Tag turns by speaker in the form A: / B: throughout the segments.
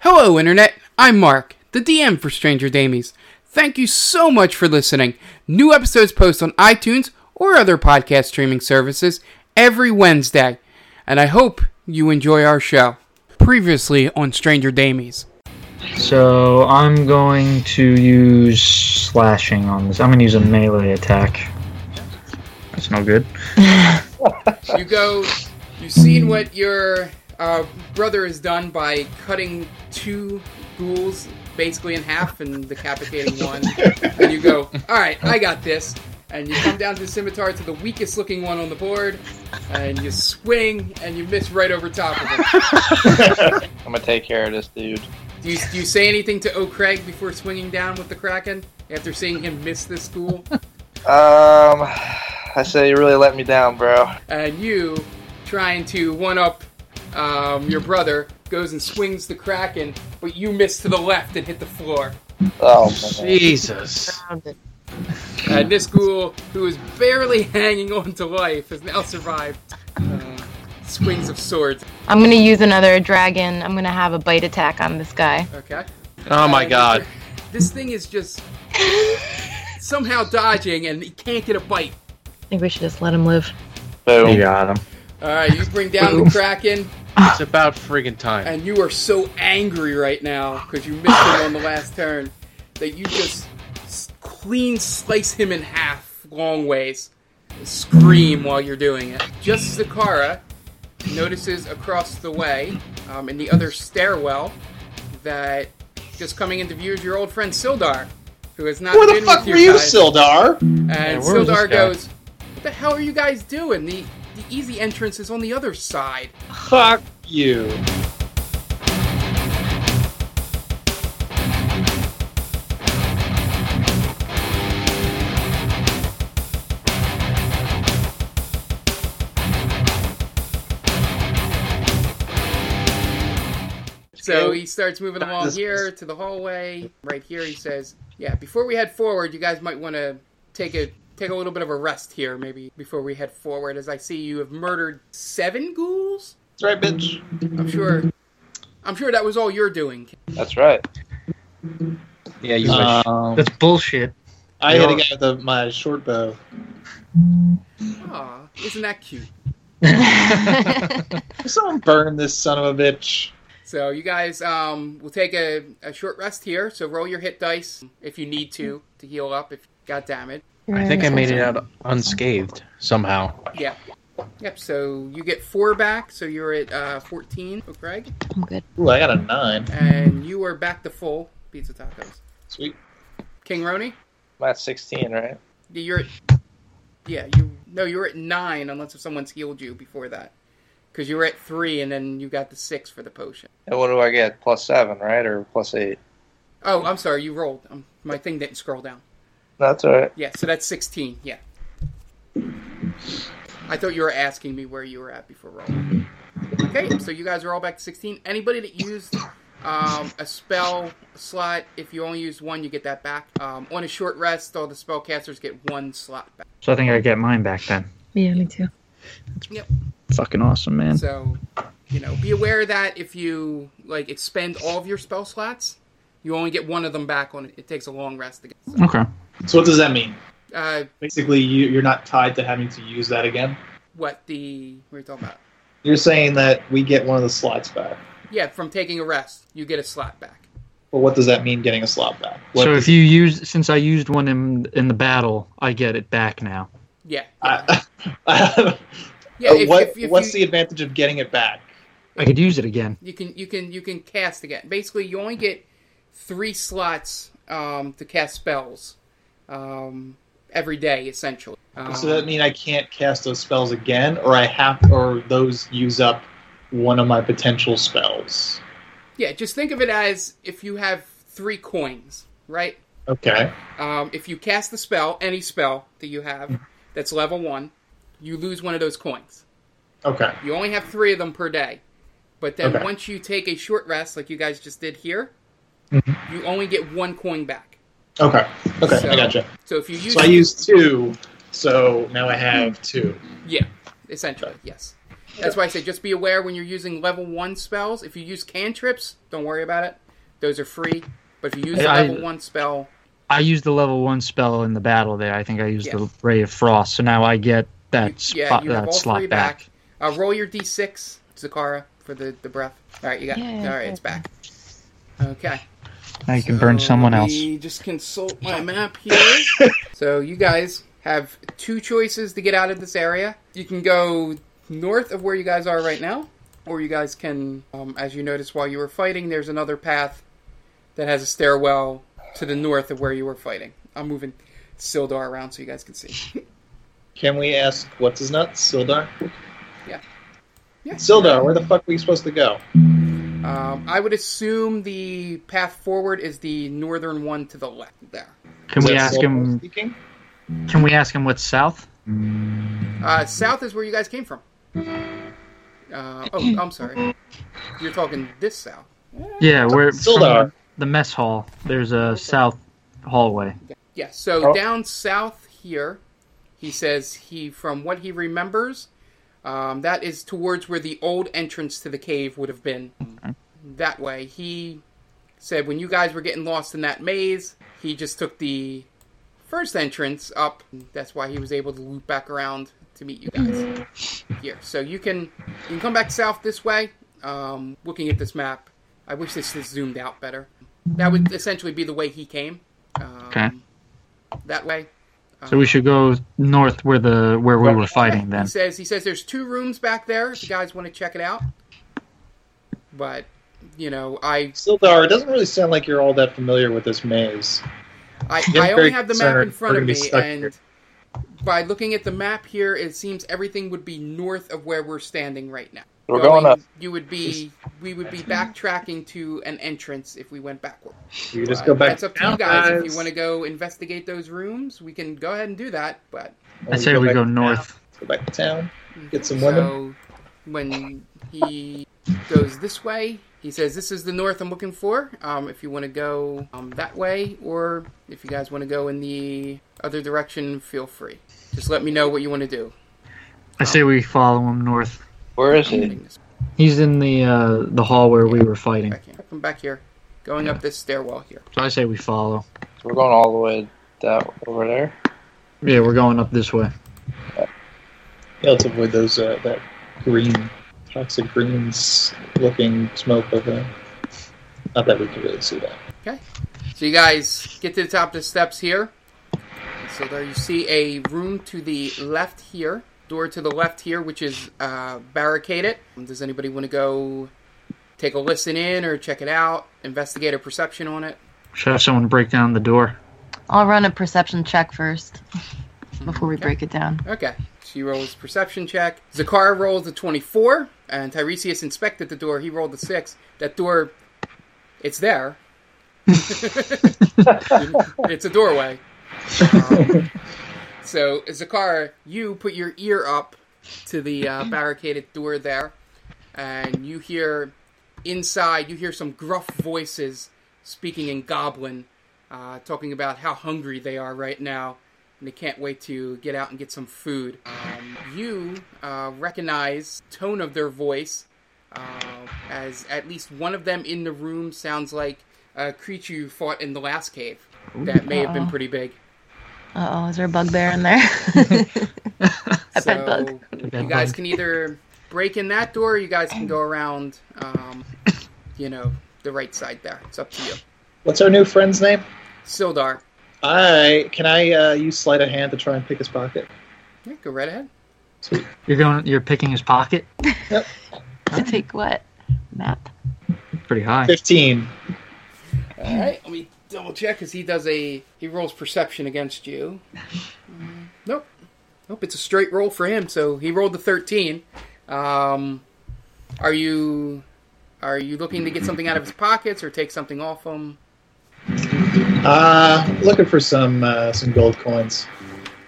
A: Hello, Internet. I'm Mark, the DM for Stranger Damies. Thank you so much for listening. New episodes post on iTunes or other podcast streaming services every Wednesday, and I hope you enjoy our show. Previously on Stranger Damies.
B: So I'm going to use slashing on this. I'm going to use a melee attack. That's no good.
A: You go. You've seen what your uh, brother has done by cutting two ghouls basically in half and decapitating one. and you go, all right, I got this. And you come down to the scimitar to the weakest looking one on the board, and you swing and you miss right over top of him.
C: I'm gonna take care of this dude.
A: Do you, do you say anything to O'Craig before swinging down with the Kraken after seeing him miss this ghoul?
C: Um, I say you really let me down, bro.
A: and you trying to one up um, your brother goes and swings the kraken but you miss to the left and hit the floor
C: Oh man.
D: Jesus.
A: and this ghoul who is barely hanging on to life has now survived uh, swings of swords
E: I'm gonna use another dragon. I'm gonna have a bite attack on this guy.
A: okay
D: Oh my
A: Uh,
D: god.
A: this thing is just somehow dodging and he can't get a bite
E: I think we should just let him live.
B: You
C: Boom.
B: got him.
A: all right you bring down the kraken
D: It's about friggin' time.
A: and you are so angry right now because you missed him on the last turn that you just s- clean slice him in half long ways. Scream while you're doing it. Just Zakara notices across the way um, in the other stairwell that just coming into view is your old friend Sildar, who has not
F: Where
A: been
F: the fuck
A: with
F: were you,
A: guys.
F: Sildar?
A: And
D: where was this
A: Sildar
D: guy?
A: goes, "What the hell are you guys doing? The the easy entrance is on the other side."
F: Fuck you.
A: So
C: Okay.
A: he starts moving along
C: This-
A: here to the hallway. Right here, he says, "Yeah, before we head forward, you guys might want to take a take a little bit of a rest here, maybe before we head forward. As I see you have murdered seven ghouls.
F: That's right, bitch.
A: I'm sure, I'm sure that was all you're doing.
C: That's right.
D: Yeah, you
F: Um,
B: That's bullshit.
F: I hit a guy with a, my short bow.
A: Aw, isn't that cute?
F: Someone burn this son of a bitch.
A: So you guys um, will take a, a short rest here. So roll your hit dice if you need to to heal up if you got damage.
D: I think I made it out unscathed somehow.
A: Yeah. Yep. So you get four back. So you're at uh, 14, oh, Craig.
E: I'm good.
F: Ooh, I got a nine.
A: And you are back to full pizza tacos.
F: Sweet.
A: King Roni,
C: I'm at 16, right?
A: you're at, yeah, you no, you're at nine unless if someone's healed you before that, because you were at three and then you got the six for the potion.
C: And what do I get? Plus seven, right, or plus eight?
A: Oh, I'm sorry, you rolled. Um, my thing didn't scroll down.
C: That's all right.
A: Yeah, so that's sixteen. Yeah. I thought you were asking me where you were at before rolling. Okay, so you guys are all back to sixteen. Anybody that used um, a spell slot, if you only use one, you get that back. Um, on a short rest, all the spellcasters get one slot back.
B: So I think I get mine back then.
E: Yeah, me too.
B: Fucking awesome, man.
A: So, you know, be aware that if you like expend all of your spell slots, you only get one of them back on it. It takes a long rest again. So,
B: Okay.
F: So what does that mean?
A: uh,
F: Basically, you, you're not tied to having to use that again.
A: what the what are you talking about?
F: You're saying that we get one of the slots back.
A: Yeah, from taking a rest, you get a slot back.
F: Well, what does that mean, getting a slot back? What,
B: So if you use, since I used one in in the battle, I get it back now.
A: Yeah.
F: I, I, uh,
A: Yeah, if,
F: what,
A: if, if
F: what's the
A: you,
F: advantage of getting it back?
B: I could use it again.
A: you can you can you can cast again. Basically, you only get three slots um, to cast spells um, every day, essentially. Um,
F: So that mean I can't cast those spells again, or I have, or those use up one of my potential spells.
A: yeah, just think of it as if you have three coins, right?
F: Okay.
A: Um, if you cast the spell, any spell that you have that's level one, you lose one of those coins.
F: Okay.
A: You only have three of them per day. But then
F: Okay.
A: once you take a short rest, like you guys just did here,
F: Mm-hmm.
A: you only get one coin back.
F: Okay. Okay.
A: So-
F: I gotcha.
A: So if you use
F: So I used two. So now I have two.
A: Yeah, essentially, yes. That's why I say just be aware when you're using level one spells. If you use cantrips, don't worry about it. Those are free. But if you use a
B: Yeah, I-
A: level one spell,
B: I used the level one spell in the battle there. I think I used the
A: Yes.
B: ray of frost, so now I get that
A: yeah,
B: spot,
A: you have
B: that
A: all
B: slot
A: three
B: back.
A: back. uh, roll your d6, Zakara, for the, the breath. All right, you got.
E: Yeah,
A: all right, it's back. Okay.
B: Now you can burn
A: So
B: someone
A: let
B: else.
A: me just consult my map here. so you guys have two choices to get out of this area. You can go north of where you guys are right now, or you guys can, um, as you noticed while you were fighting, there's another path that has a stairwell to the north of where you were fighting. I'm moving Sildar around so you guys can see.
F: Can we ask what's his nuts? Sildar?
A: Yeah. Yeah.
F: Sildar, where the fuck were you supposed to go?
A: Um, I would assume the path forward is the northern one to the left there.
B: Can
F: Is
B: we
F: that
B: ask
F: Sildar
B: him?
F: Speaking?
B: Can we ask him what's south?
A: Uh, south is where you guys came from. Uh, oh, I'm sorry. You're talking this south.
B: Yeah, we're
F: Sildar.
B: from the mess hall. There's a south hallway.
A: Yeah, so
C: Oh.
A: down south here, he says he, from what he remembers, um, that is towards where the old entrance to the cave would have been.
B: Mm-hmm.
A: That way. He said when you guys were getting lost in that maze, he just took the first entrance up. That's why he was able to loop back around to meet you guys
B: Mm-hmm.
A: here. So you can you can come back south this way. Um, looking at this map, I wish this is zoomed out better. That would essentially be the way he came. Um,
B: Okay.
A: That way. Oh. Um,
B: So we should go north where the where we were fighting
A: He
B: then.
A: says he says there's two rooms back there if you guys want to check it out. But you know, I
F: Sildar, it doesn't really sound like you're all that familiar with this maze.
A: I,
F: I'm
A: I
F: very
A: only have the map in
F: concerned
A: front
F: we're
A: of
F: gonna
A: me,
F: be stuck
A: and
F: here.
A: by looking at the map here, it seems everything would be north of where we're standing right now.
C: We're going up.
A: You would be, we would be backtracking to an entrance if we went backward.
F: You just
A: But
F: go back
A: That's up to you guys. If you
F: guys.
A: want to go investigate those rooms, we can go ahead and do that. But
B: I say we
F: back
B: go
F: to
B: north.
F: town. Go back to town. Get some women.
A: So when he goes this way, he says, "This is the north I'm looking for. Um, if you want to go um, that way, or if you guys want to go in the other direction, feel free. Just let me know what you want to do."
B: I say we follow him north.
C: Where is he?
A: Coming this-
B: He's in the uh, the hall where we were fighting.
A: Back here. Come back here. Going up this stairwell here.
B: So I say we follow.
C: We're going all the way that over there.
B: Yeah, we're going up this way.
F: Yeah, let's avoid those uh, that green, toxic greens looking smoke over there. Not that we can really see that.
A: So you guys get to the top of the steps here. So there you see a room to the left here, door to the left here, which is uh, barricaded. Does anybody want to go take a listen in or check it out? Investigate a perception on it.
B: Should have someone break down the door.
E: I'll run a perception check first before we break it down.
A: Okay. She rolls perception check. Zakara rolls a 24, and Tiresias inspected the door. He rolled a 6. That door, it's there. it's a doorway. Um, so, Zakara, you put your ear up to the uh, barricaded door there, and you hear inside, you hear some gruff voices speaking in Goblin, uh, talking about how hungry they are right now and they can't wait to get out and get some food. Um, you uh, recognize tone of their voice uh, as at least one of them in the room sounds like a creature you fought in the last cave that may have been
E: Uh-oh.
A: pretty big.
E: Uh oh, is there a bugbear in there? I bet bug.
A: You
B: Bed
A: guys
B: bug.
A: can either break in that door, or you guys can go around, um, you know, the right side there. It's up to you.
F: What's our new friend's name?
A: Sildar,
F: I can I uh, use sleight of hand to try and pick his pocket.
A: yeah, go right ahead.
B: You're going. You're picking his pocket.
E: To take what? Map.
B: Pretty high.
F: Fifteen.
A: All right, let me double check because he does a he rolls perception against you. Mm, Nope, nope, it's a straight roll for him. So he rolled the thirteen. Um, are you are you looking to get something out of his pockets or take something off him?
F: Uh looking for some uh, some gold coins.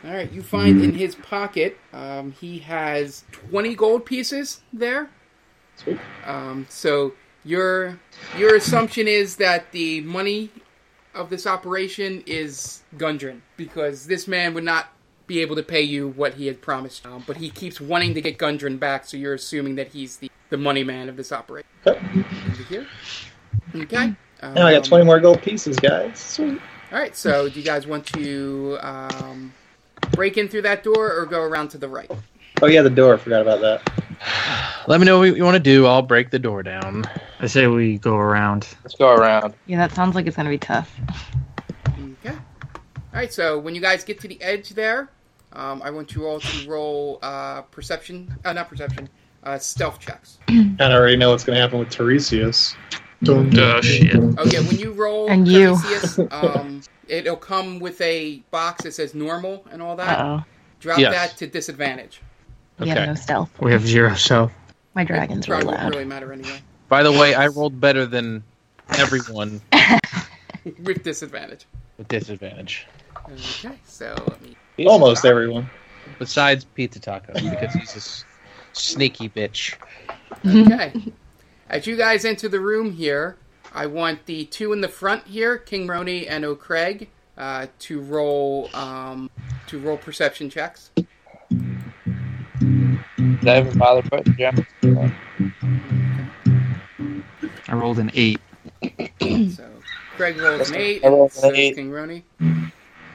A: All right, you find
F: Hmm.
A: in his pocket um, he has twenty gold pieces there.
F: Sweet.
A: Um, so your your assumption is that the money of this operation is Gundren because this man would not be able to pay you what he had promised. Um, but he keeps wanting to get Gundren back, so you're assuming that he's the, the money man of this operation.
F: Okay.
A: Over here. Okay. Um,
F: Now I got 20 more gold pieces, guys. Sweet.
A: All right, so do you guys want to um, break in through that door or go around to the right?
F: Oh, yeah, the door. Forgot about that.
D: Let me know what you want to do. I'll break the door down.
B: I say we go around.
C: Let's go around.
E: Yeah, that sounds like it's gonna be tough.
A: Okay. All right, so when you guys get to the edge there, um, I want you all to roll uh, perception, uh, not perception, uh, stealth checks.
F: And I already know what's going to happen with Tiresias.
B: Oh shit.
A: Okay, when you roll
E: And you.
A: Prometheus, um, it'll come with a box that says normal and all that.
E: Uh oh.
A: Drop
D: Yes.
A: that to disadvantage.
E: We
D: Okay.
E: have no stealth.
B: We have zero so
E: My dragon's really
A: Probably won't
E: loud.
A: really matter anyway.
D: By the way, I rolled better than everyone
A: With disadvantage.
D: with disadvantage,
A: Okay, so let me
F: Almost everyone.
D: besides Pizza Taco, because he's a s- sneaky bitch.
A: Okay. As you guys enter the room here, I want the two in the front here, King Roney and O'Craig, uh, to roll um, to roll perception checks.
C: Did I even bother putting gems?
B: I rolled an eight.
A: So Craig rolls an eight,
C: I rolled an
A: so does
C: eight.
A: King Roney.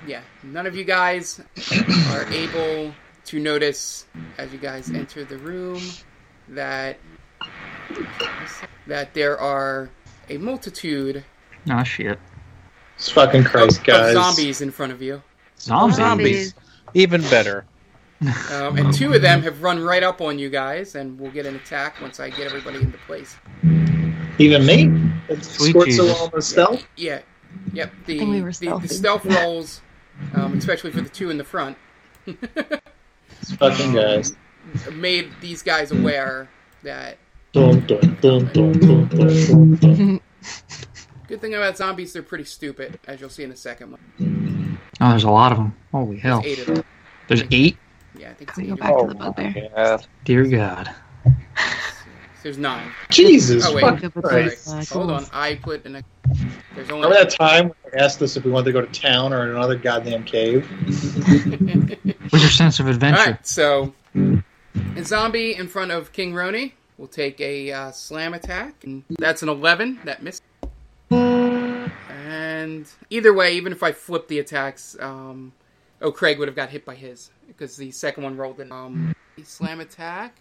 A: Yeah, none of you guys are able to notice as you guys enter the room that that there are a multitude
B: Ah shit.
F: It's fucking
A: of,
B: Oh,
F: Christ,
A: of
F: guys.
A: zombies in front of you.
B: Zombies.
D: Zombies. Even better.
A: Um, and two of them have run right up on you guys, and we'll get an attack once I get everybody into place.
F: Even me? It
B: Sweet
F: squirts
B: Jesus.
F: along the stealth?
A: Yeah, yep. The,
E: think Oh. we were
A: the, the
E: stealthy.
A: stealth rolls, um, especially for the two in the front,
F: It's fucking guys.
A: made these guys aware that.
F: Dun, dun, dun, dun, dun, dun, dun, dun.
A: Good thing about zombies, they're pretty stupid, as you'll see in the second one.
B: Oh, there's a lot of them. Holy hell.
A: Eight of them.
B: There's eight.
A: Yeah, I think it's
E: Can we
A: eight.
E: go
A: Of
E: back
A: them.
C: Oh,
E: to the bugbear?
C: Yeah.
B: Dear God.
A: There's nine.
F: Jesus
A: Oh, wait.
F: fucking
A: Sorry.
F: Christ.
E: Nice.
A: Hold on, I put in a. There's only.
F: Remember that time when they asked us if we wanted to go to town or another goddamn cave?
B: Where's your sense of
A: All
B: adventure?
A: right, so a zombie in front of King Roni will take a uh, slam attack, and that's an eleven that missed. And either way, even if I flip the attacks, um, oh Craig would have got hit by his because the second one rolled an um a slam attack,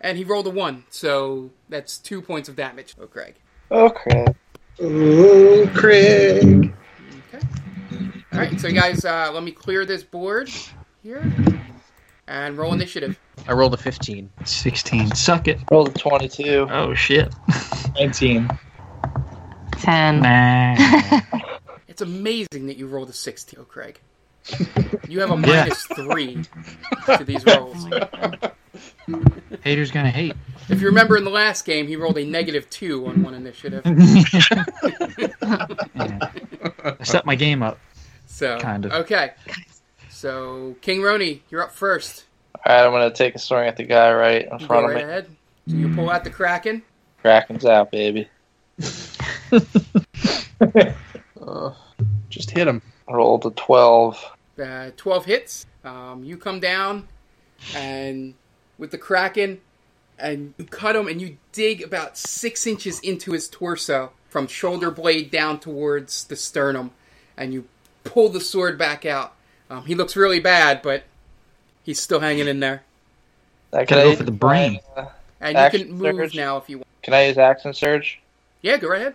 A: and he rolled a one, so that's two points of damage. Oh Craig.
C: Oh crap.
F: Ooh, Craig.
A: Okay. All right, so guys, uh, let me clear this board here and roll initiative.
D: I rolled a 15.
B: 16. Suck it.
C: Rolled a 22.
B: Oh shit.
F: 19.
E: Ten. Oh
B: Nah.
A: It's amazing that you rolled a 60, oh, Craig. You have a minus three to these
E: Oh
A: rolls.
E: my God.
B: Haters gonna hate.
A: If you remember in the last game, he rolled a negative two on one initiative.
B: Yeah. I stepped my game up.
A: So,
B: Kind of.
A: Okay. So, King Roni, you're up first.
C: Alright, I'm gonna take a swing at the guy right in
A: You
C: front
A: go
C: of
A: right
C: me.
A: ahead. So you pull out the Kraken.
C: Kraken's out, baby. uh,
D: Just hit him.
C: rolled a 12.
A: uh, 12 hits. Um, you come down and with the Kraken and you cut him and you dig about six inches into his torso from shoulder blade down towards the sternum and you pull the sword back out. Um, he looks really bad, but he's still hanging in there.
C: Now,
B: Gotta go
C: use
B: for the
C: my,
B: brain.
C: uh,
A: And you
C: Action
A: can move
C: surge.
A: now if you want.
C: can I use action surge?
A: Yeah, go right ahead.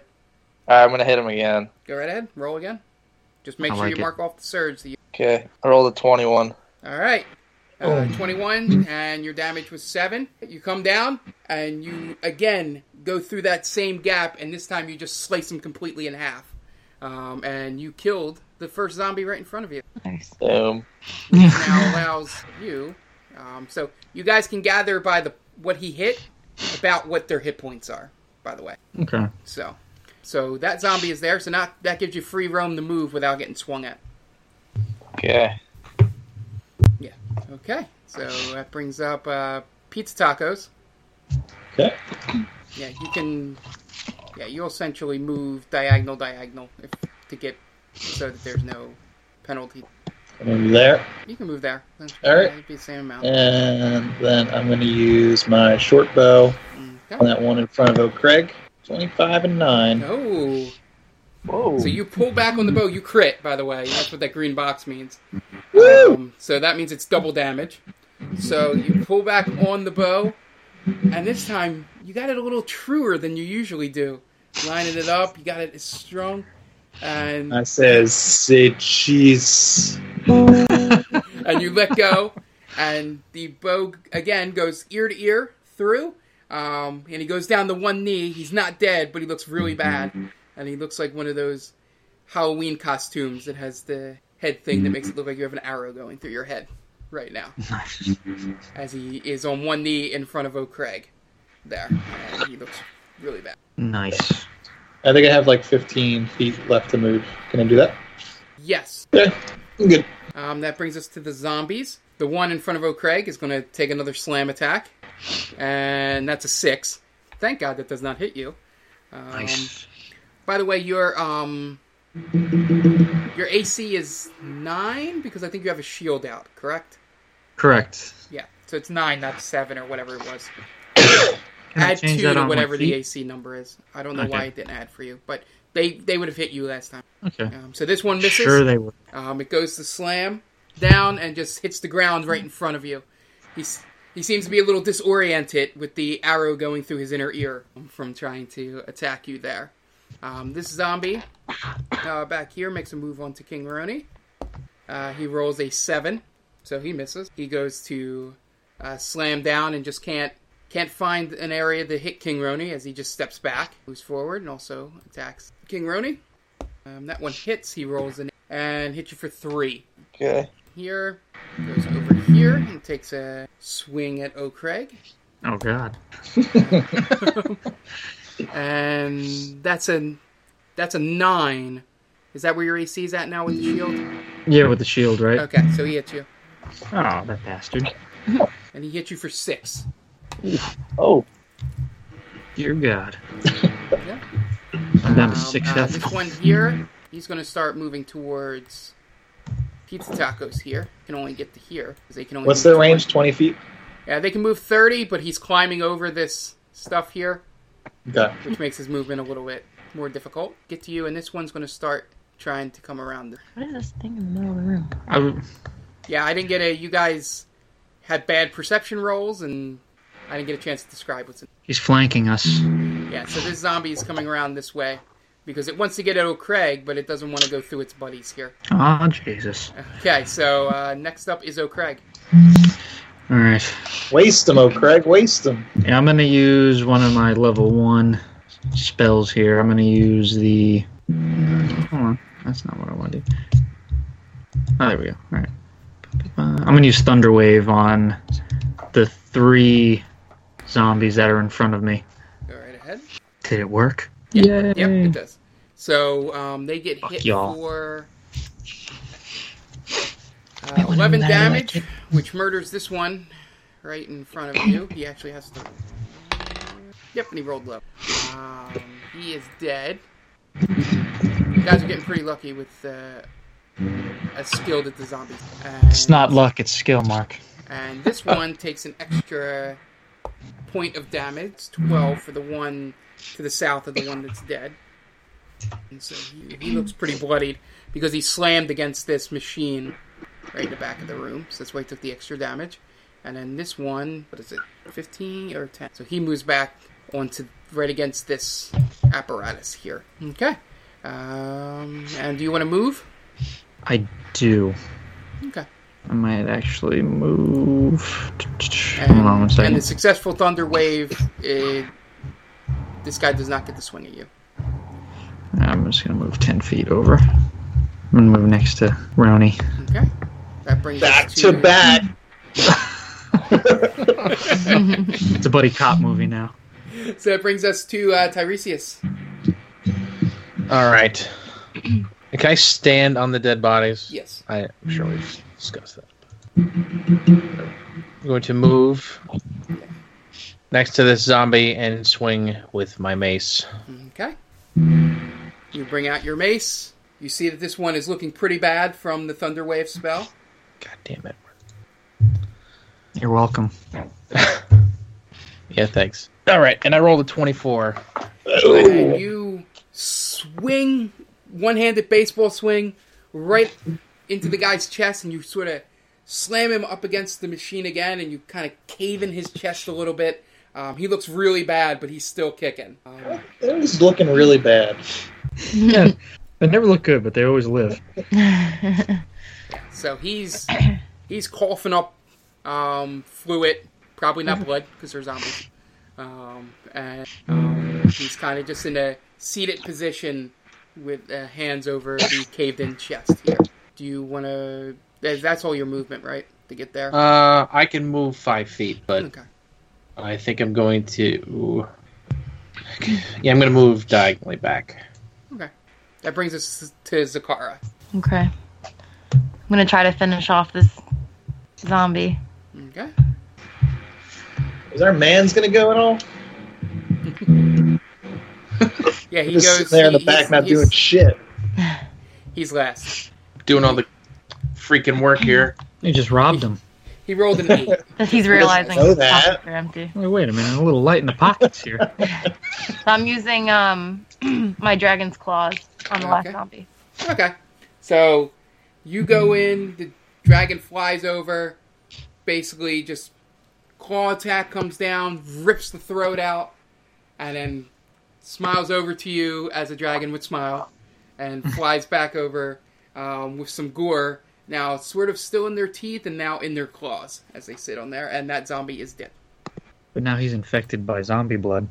C: Alright, I'm gonna hit him again.
A: Go right ahead. Roll again. Just make
B: I
A: sure
B: like
A: you
B: it.
A: mark off the surge. That you...
C: Okay, I rolled a 21.
A: All right. Uh, 21, and your damage was 7. You come down, and you again go through that same gap, and this time you just slice him completely in half. Um, and you killed the first zombie right in front of you.
E: Nice.
C: Boom.
A: Now allows you. Um, so you guys can gather by the what he hit about what their hit points are, by the way.
B: Okay.
A: So. So that zombie is there, so now that gives you free roam to move without getting swung at.
C: Okay.
A: Okay, so that brings up uh, pizza tacos.
F: Okay.
A: Yeah, you can. Yeah, you'll essentially move diagonal, diagonal if, to get so that there's no penalty.
F: And then there.
A: You can move there. That's-
F: All right.
A: that'd Be the same amount.
F: And then I'm going to use my short bow on
A: Mm, Okay.
F: that one in front of O'Craig. 25 and 9.
A: Oh,
C: Whoa.
A: so you pull back on the bow. You crit, by the way. That's what that green box means.
F: Woo!
A: Um, so that means it's double damage. So you pull back on the bow, and this time you got it a little truer than you usually do. Lining it up, you got it strong, and
F: I says, say cheese.
A: and you let go, and the bow again goes ear to ear through, um, and he goes down to one knee. He's not dead, but he looks really bad, and he looks like one of those Halloween costumes that has the head thing that makes it look like you have an arrow going through your head right now, as he is on one knee in front of O'Craig. There, and he looks really bad.
B: Nice.
F: I think I have like 15 feet left to move. Can I do that?
A: Yes,
F: I'm good.
A: um, that brings us to the zombies. The one in front of O'Craig is going to take another slam attack, and that's a six. Thank God that does not hit you. Um,
B: Nice.
A: By the way, your um, your AC is nine because I think you have a shield out, correct?
B: Correct.
A: Yeah, so it's nine, not seven or whatever it was.
B: Can I
A: add two
B: change that
A: to
B: on my
A: whatever the
B: feet?
A: AC number is. I don't know
B: Okay.
A: why it didn't add for you, but they they would have hit you last time.
B: Okay.
A: Um, so this one misses.
B: Sure they would.
A: Um, it goes to slam down and just hits the ground right in front of you. He's he seems to be a little disoriented with the arrow going through his inner ear from trying to attack you there. Um, this zombie uh, back here makes a move on to King Roni. Uh, he rolls a seven, so he misses. He goes to uh, slam down and just can't can't find an area to hit King Roni as he just steps back, moves forward, and also attacks King Roni. Um, that one hits. He rolls an and hits you for three.
C: Okay.
A: Here goes over here and takes a swing at O'Craig,
B: Oh god.
A: and that's a that's a nine. Is that where your AC is at now with the shield?
B: Yeah, with the shield, right?
A: Okay, so he hits you,
B: Oh, that bastard.
A: and he hits you for six.
C: Oh,
B: Dear God.
A: Yeah.
B: I'm down
A: Um,
B: to six
A: uh,
B: health.
A: this one here, he's going to start moving towards pizza tacos. Here can only get to here 'cause they can only.
F: What's
A: move
F: the range?
A: 20.
F: 20 feet?
A: Yeah, they can move thirty, but he's climbing over this stuff here.
F: Okay.
A: which makes his movement a little bit more difficult. Get to you, and this one's going to start trying to come around.
E: What is this thing in the middle of the room?
B: I w-
A: Yeah, I didn't get a. You guys had bad perception rolls, and I didn't get a chance to describe what's in.
B: he's flanking us.
A: Yeah, so this zombie is coming around this way because it wants to get at O'Craig, but it doesn't want to go through its buddies here.
B: Oh, Jesus.
A: Okay, so uh, next up is O'Craig.
B: Alright.
F: Waste them, O'Craig. Waste them.
B: Yeah, I'm gonna use one of my level one spells here. I'm gonna use the. mm, Hold on, that's not what I want to do. Oh, there we go. All right. Uh, I'm gonna use Thunder Wave on the three zombies that are in front of me.
A: Go right ahead.
B: Did it work?
A: Yeah,
B: Yay.
A: Yep, it does. So um, they get
B: Fuck
A: hit
B: y'all.
A: for
E: I
A: uh,
E: wouldn't
A: 11
E: matter,
A: damage,
E: like
A: which murders this one right in front of you. He actually has to. Yep, and he rolled low. Um, he is dead. You guys are getting pretty lucky with uh, a skill that the zombies. And,
B: It's not luck. It's skill, Mark.
A: And this one takes an extra point of damage, 12 for the one to the south of the one that's dead. And so he, he looks pretty bloodied because he slammed against this machine right in the back of the room. So that's why he took the extra damage. And then this one, what is it, 15 or 10? So he moves back onto right against this apparatus here. Okay. Um, and do you want to move?
B: I do.
A: Okay.
B: I might actually move. Hold
A: And,
B: on one
A: and the
B: second.
A: successful thunder wave, eh, this guy does not get the swing at you.
B: I'm just gonna move ten feet over. I'm gonna move next to Rowney.
A: Okay, that brings
F: Back
A: us
F: to back.
B: It's a buddy cop movie now.
A: So that brings us to uh, Tiresias.
D: All right. Can I stand on the dead bodies?
A: Yes.
D: I, I'm sure we've discussed that. I'm going to move next to this zombie and swing with my mace.
A: Okay. You bring out your mace You see that this one is looking pretty bad from the Thunderwave spell.
D: God damn it.
B: You're welcome.
D: Yeah, thanks. All right, and I rolled a 24.
A: and you swing one-handed baseball swing right into the guy's chest and you sort of slam him up against the machine again and you kind of cave in his chest a little bit um, he looks really bad but he's still kicking um,
F: That was looking really bad.
B: yeah, they never look good, but they always live.
A: so he's he's coughing up um, fluid probably not
F: Mm-hmm.
A: blood because they're zombies um, and um,
F: Oh.
A: he's kind of just in a seated position with uh, hands over the caved in chest here do you want to that's all your movement right to get there
D: Uh, I can move five feet, but
A: okay
D: I think I'm going to. Yeah, I'm going to move diagonally back.
A: That brings us to Zakara.
E: okay. I'm gonna try to finish off this zombie.
A: Okay.
F: Is our man's gonna go at all?
A: Yeah, he
F: Just
A: goes
F: sitting there in the
A: he-
F: back,
A: he's-
F: not
A: he's-
F: doing shit.
A: He's last.
D: Doing all the freaking work here.
B: You just robbed them.
A: He rolled an eight.
E: Because he's realizing
F: know
E: his
F: that.
E: pockets are empty.
B: Wait, wait a minute, a little light in the pockets here.
E: So I'm using um my dragon's claws on the last
A: Oh, Okay.
E: zombie.
A: okay. So you go in. The dragon flies over. Basically, just claw attack comes down, rips the throat out, and then smiles over to you as a dragon would smile, and flies back over um, with some gore. Now it's sort of still in their teeth and now in their claws as they sit on there, and that zombie is dead.
B: But now he's infected by zombie blood.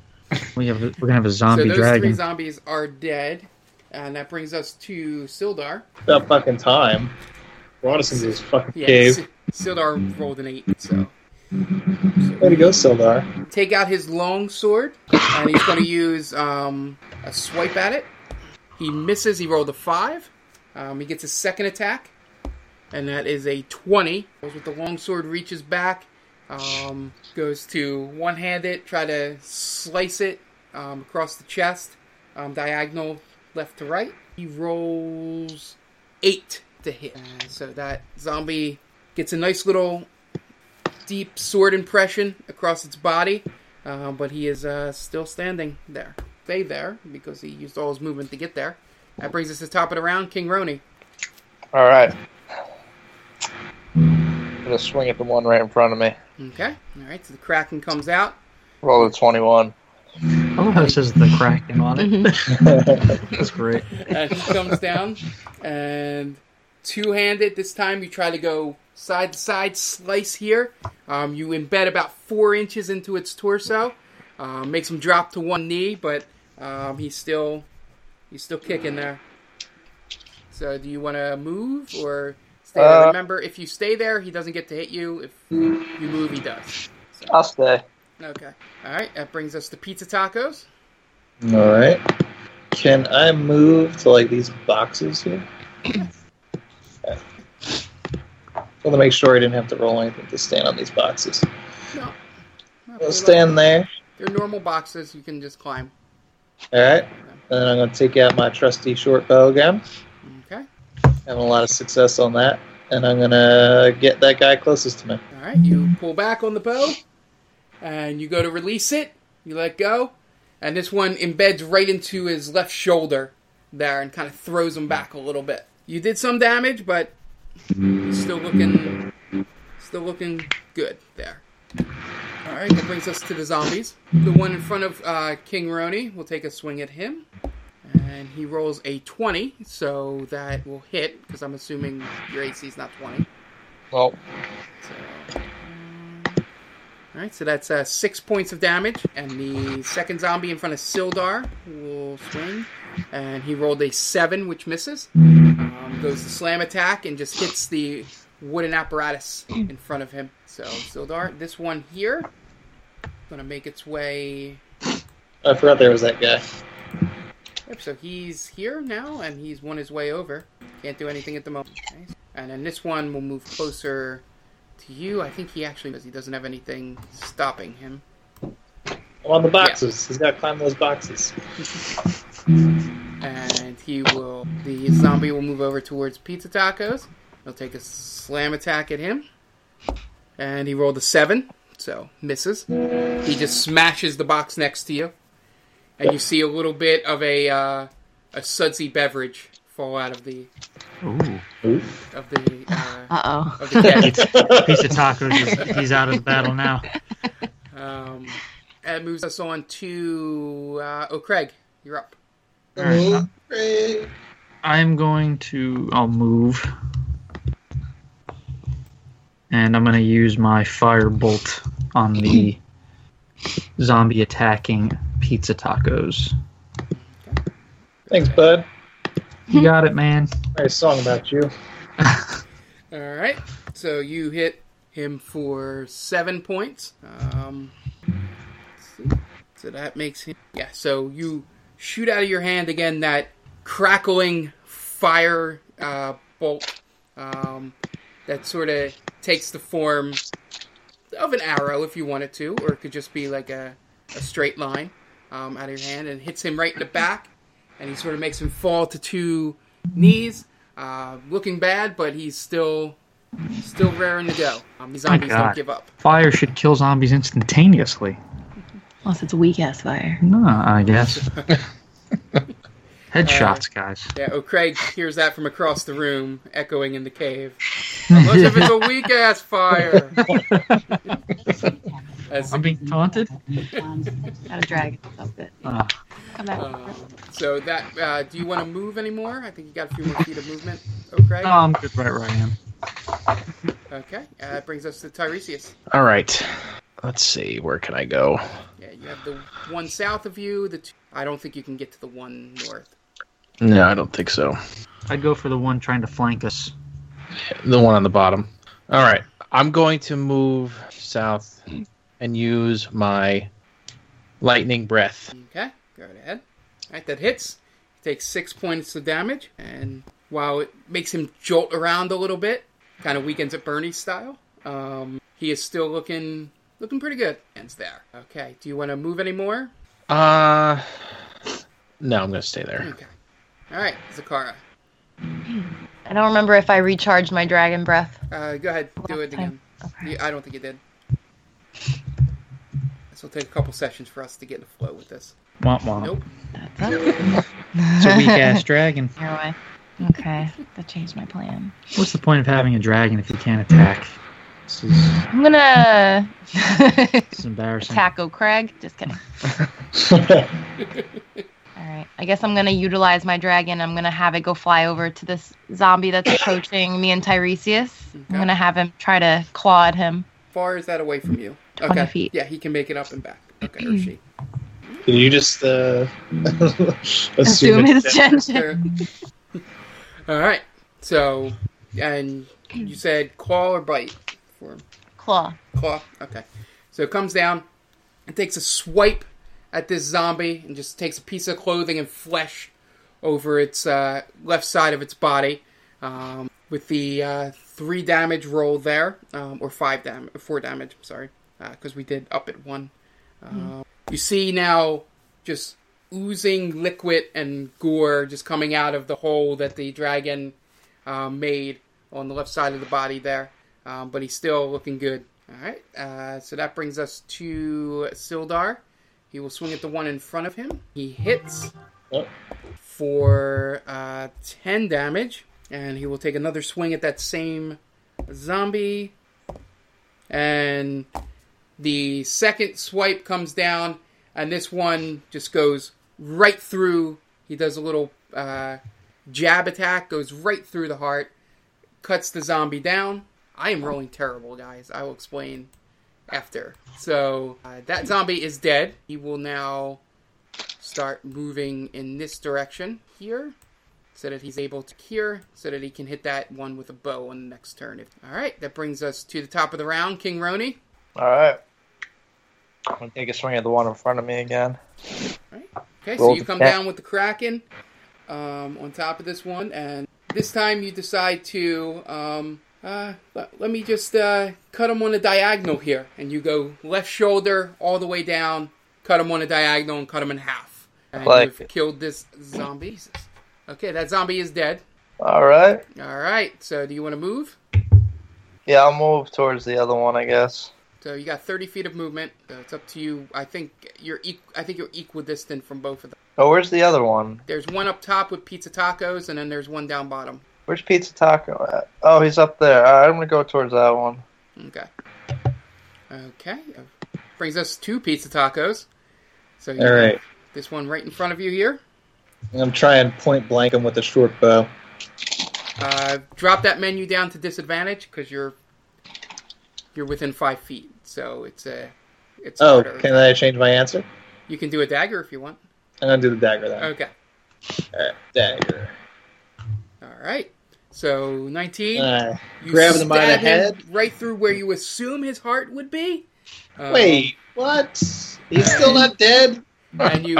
B: We have a, we're gonna have a zombie
A: so those three
B: dragon.
A: zombies are dead, and that brings us to Sildar.
F: About fucking time. Brought us into this fucking
A: Yeah,
F: cave.
A: S- Sildar rolled an eight, so
F: Way to go, Sildar.
A: take out his long sword, and he's going to use um, a swipe at it. He misses. He rolled a five. Um, he gets his second attack, and that is a twenty. Goes with the long sword, reaches back, um, goes to one-hand it, try to slice it um, across the chest, um, diagonal left to right. He rolls eight to hit, Uh, so that zombie gets a nice little deep sword impression across its body, uh, but he is uh, still standing there. Stay there because he used all his movement to get there. That brings us to the top of the round, King Roni.
C: All right. I'm gonna swing at the one right in front of me.
A: Okay, all right. So the Kraken comes out.
C: Roll a 21.
B: I love how it says the Kraken on it.
A: Mm-hmm.
B: That's great.
A: And Uh, he comes down, and two-handed this time. You try to go side to side slice here. Um, you embed about four inches into its torso, uh, makes him drop to one knee, but um, he's still he's still kicking there. So, do you want to move or stay there?
C: Uh,
A: Remember, if you stay there, he doesn't get to hit you. If you move, he does.
C: I'll stay.
A: Okay. All right. That brings us to pizza tacos.
F: Alright. Can I move to like these boxes here? Okay. Want to make sure I didn't have to roll anything to stand on these boxes.
A: No. Not
F: I'll
A: really.
F: stand there.
A: They're normal boxes. You can just climb.
F: Alright. And then I'm gonna take out my trusty short bow again.
A: Okay.
F: Having a lot of success on that. And I'm gonna get that guy closest to me.
A: All right, you pull back on the bow, and you go to release it. You let go, and this one embeds right into his left shoulder there, and kind of throws him back a little bit. You did some damage, but he's still looking, still looking good there. All right, that brings us to the zombies. The one in front of uh, King Roni will take a swing at him, and he rolls a twenty, so that will hit because I'm assuming your AC is not twenty.
C: Well,
A: So, all right, so that's uh, six points of damage, and the second zombie in front of Sildar will swing, and he rolled a seven, which misses. Um, goes to slam attack and just hits the wooden apparatus in front of him. So Sildar, this one here, gonna make its way.
F: I forgot there was that guy.
A: Yep, so he's here now, and he's won his way over. Can't do anything at the moment. Okay. And then this one will move closer to you. I think he actually does. He doesn't have anything stopping him.
F: I'm on the boxes. He's gotta climb those boxes.
A: and he will. The zombie will move over towards Pizza Tacos. He'll take a slam attack at him, and he rolled a seven, so misses. He just smashes the box next to you, and you see a little bit of a uh, a sudsy beverage fall out of the
G: Ooh.
A: of the uh,
E: Uh oh.
A: of the cabinet.
G: Piece of tacos. Is, he's out of the battle now.
A: Um, that moves us on to uh, oh, Craig, you're up.
B: All right,
F: Great.
B: I'm going to. I'll move. And I'm going to use my firebolt on the zombie attacking pizza tacos.
F: Thanks, bud.
B: You got it, man.
F: Nice song about you.
A: All right, so you hit him for seven points. Um, let's see. So that makes him yeah. So you shoot out of your hand again that crackling fire uh, bolt um, that sort of takes the form of an arrow if you want it to, or it could just be like a, a straight line um, out of your hand and hits him right in the back, and he sort of makes him fall to two knees, uh, looking bad, but he's still still raring to go. Um, the zombies don't
B: God.
A: give up.
B: Fire should kill zombies instantaneously.
E: Unless it's weak ass fire.
B: Nah, I guess. Headshots, guys.
A: Yeah, oh, Craig hears that from across the room, echoing in the cave. Unless if it's a weak ass fire. As,
B: I'm being taunted.
E: Got a dragon. Stop it.
B: Ah.
E: Come back.
A: um, so that, uh, do you want to move anymore? I think you got a few more feet of movement. Oh, Craig.
B: No, I'm good right where I am.
A: Okay, uh, that brings us to Tiresias.
D: All right. Let's see. Where can I go?
A: Yeah, you have the one south of you. The two, I don't think you can get to the one north.
D: No, I don't think so.
B: I'd go for the one trying to flank us.
D: The one on the bottom. All right. I'm going to move south and use my lightning breath.
A: Okay, go ahead. All right, that hits. Takes six points of damage, and while it makes him jolt around a little bit, kind of weakens at Bernie style. Um, he is still looking looking pretty good. Ends there. Okay, do you want to move anymore?
D: Uh No, I'm going to stay there.
A: Okay. All right, Zakara.
E: I don't remember if I recharged my dragon breath.
A: Uh, go ahead, do it again.
E: Okay.
A: Yeah, I don't think it did. This will take a couple sessions for us to get in the flow with this.
B: Womp womp.
A: Nope.
E: That's up.
B: It's a weak ass dragon.
E: Your way. Okay, that changed my plan.
B: What's the point of having a dragon if you can't attack? This is,
E: I'm gonna
B: this is embarrassing.
E: tackle Craig. Just kidding. All right. I guess I'm gonna utilize my dragon. I'm gonna have it go fly over to this zombie that's approaching me and Tiresias. I'm
A: Okay.
E: gonna have him try to claw at him.
A: far is that away from you?
E: 20 feet.
A: Yeah, he can make it up and back. Okay, or she.
F: Did you just uh,
E: Assume
F: assume
E: his
F: it's
E: gender.
A: Sure. All right. So, and you said claw or bite for
E: Claw.
A: claw. Okay. So it comes down and takes a swipe at this zombie and just takes a piece of clothing and flesh over its uh, left side of its body um, with the uh, three damage roll there, um, or five damage, four damage. Sorry, because we did up at one. Uh, You see now just oozing liquid and gore just coming out of the hole that the dragon uh, made on the left side of the body there, um, but he's still looking good. All right, uh, so that brings us to Sildar. He will swing at the one in front of him. He hits
F: Yep.
A: for uh, 10 damage, and he will take another swing at that same zombie. And the second swipe comes down, and this one just goes right through. He does a little uh, jab attack, goes right through the heart, cuts the zombie down. I am rolling terrible, guys. I will explain after. So uh, that zombie is dead. He will now start moving in this direction here, so that he's able to here, so that he can hit that one with a bow on the next turn. If- All right, that brings us to the top of the round, King Roni.
F: All right. I'm gonna take a swing at the one in front of me again.
A: Okay,
F: Roll
A: so you
F: the
A: come
F: attack.
A: down with the Kraken um, on top of this one, and this time you decide to. Um, uh, let, let me just uh, cut him on the diagonal here, and you go left shoulder all the way down, cut him on the diagonal, and cut him in half. And
C: Like-
A: you've killed this zombie. Jesus. Okay, that zombie is dead.
C: All right.
A: All right. So do you want to move?
C: Yeah, I'll move towards the other one, I guess.
A: So you got 30 feet of movement. So it's up to you. I think you're equ- I think you're equidistant from both of them.
C: Oh, where's the other one?
A: There's one up top with pizza tacos, and then there's one down bottom.
C: Where's Pizza Taco at? Oh, he's up there. All right, I'm gonna go towards that one.
A: Okay. Okay. uh, Brings us to pizza tacos. So you
F: All right.
A: this one right in front of you here.
F: I'm trying point blank him with a short bow.
A: Uh, drop that menu down to disadvantage because you're you're within five feet, so it's a it's
F: Oh,
A: harder.
F: can I change my answer?
A: You can do a dagger if you want.
F: I'm gonna do the dagger then.
A: Okay.
F: All right, dagger.
A: All right. So nineteen.
F: Uh,
A: you
F: grabbing him by the
A: stab him
F: head.
A: right through where you assume his heart would be. Um,
F: wait, what? He's still not dead.
A: and you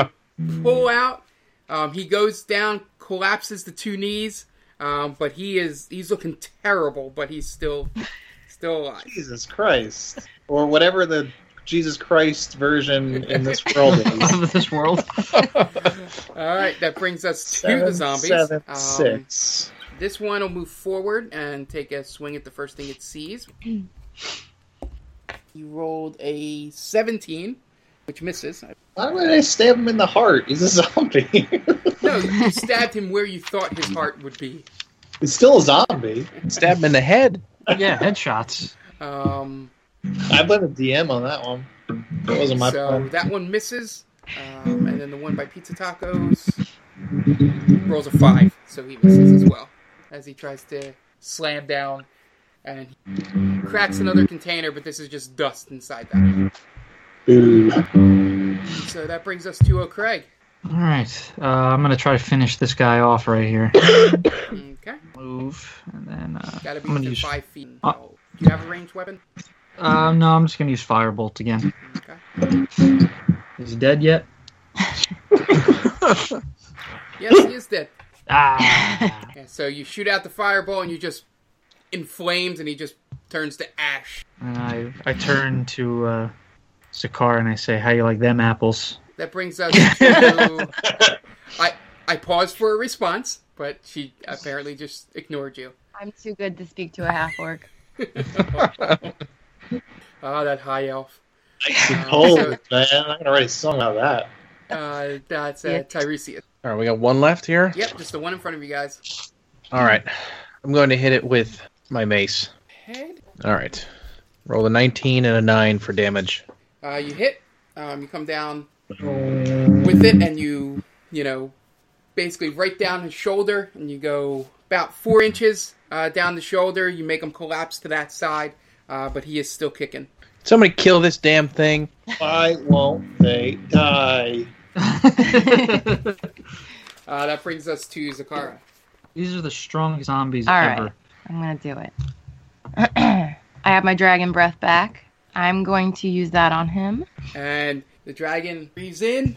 A: pull out. Um, he goes down, collapses to two knees, um, but he is he's looking terrible, but he's still still alive.
F: Jesus Christ, or whatever the Jesus Christ version in this world is.
B: Of this world.
A: All right, that brings us to
F: Seven,
A: the zombies.
F: seven,
A: Um,
F: six.
A: This one will move forward and take a swing at the first thing it sees. You rolled a 17, which misses.
F: Why would I stab him in the heart? He's a zombie.
A: No, you stabbed him where you thought his heart would be.
F: He's still a zombie.
D: Stab him in the head.
B: Yeah, headshots.
A: Um,
F: I blame the DM on that one. That wasn't my
A: so
F: problem.
A: that one misses, um, and then the one by Pizza Tacos rolls a five, so he misses as well as he tries to slam down and he cracks another container, but this is just dust inside that.
F: Boo.
A: So that brings us to O'Craig.
B: All right, uh, I'm gonna try to finish this guy off right here.
A: Okay,
B: Move, and then uh,
A: gotta be
B: I'm gonna
A: within
B: use.
A: five feet.
B: Uh,
A: Oh, do you have a ranged weapon?
B: Uh, no, I'm just gonna use firebolt again.
A: Okay.
B: Is he dead yet?
A: Yes, he is dead.
B: Ah!
A: Yeah, so you shoot out the fireball, and you just inflames, and he just turns to ash.
B: and I I turn to uh, Sakar and I say, "How you like them apples?"
A: That brings us to. I I paused for a response, but she apparently just ignored you.
E: I'm too good to speak to a half orc.
A: Ah, that high elf.
F: Cold, man. I'm gonna write a song about that.
A: Uh, that's uh,
E: Yeah.
A: Tiresias.
D: All right, we got one left here.
A: Yep, just the one in front of you guys.
D: All right, I'm going to hit it with my mace.
A: Head.
D: All right, roll a 19 and a 9 for damage.
A: Uh, you hit. Um, you come down with it, and you you know basically right down his shoulder, and you go about four inches uh, down the shoulder. You make him collapse to that side, uh, but he is still kicking.
D: Somebody kill this damn thing.
F: Why won't they die?
A: Uh, that brings us to Zakara.
B: These are the strongest zombies
E: All right.
B: ever.
E: I'm gonna do it. I have my dragon breath back. I'm going to use that on him.
A: and the dragon breathes in,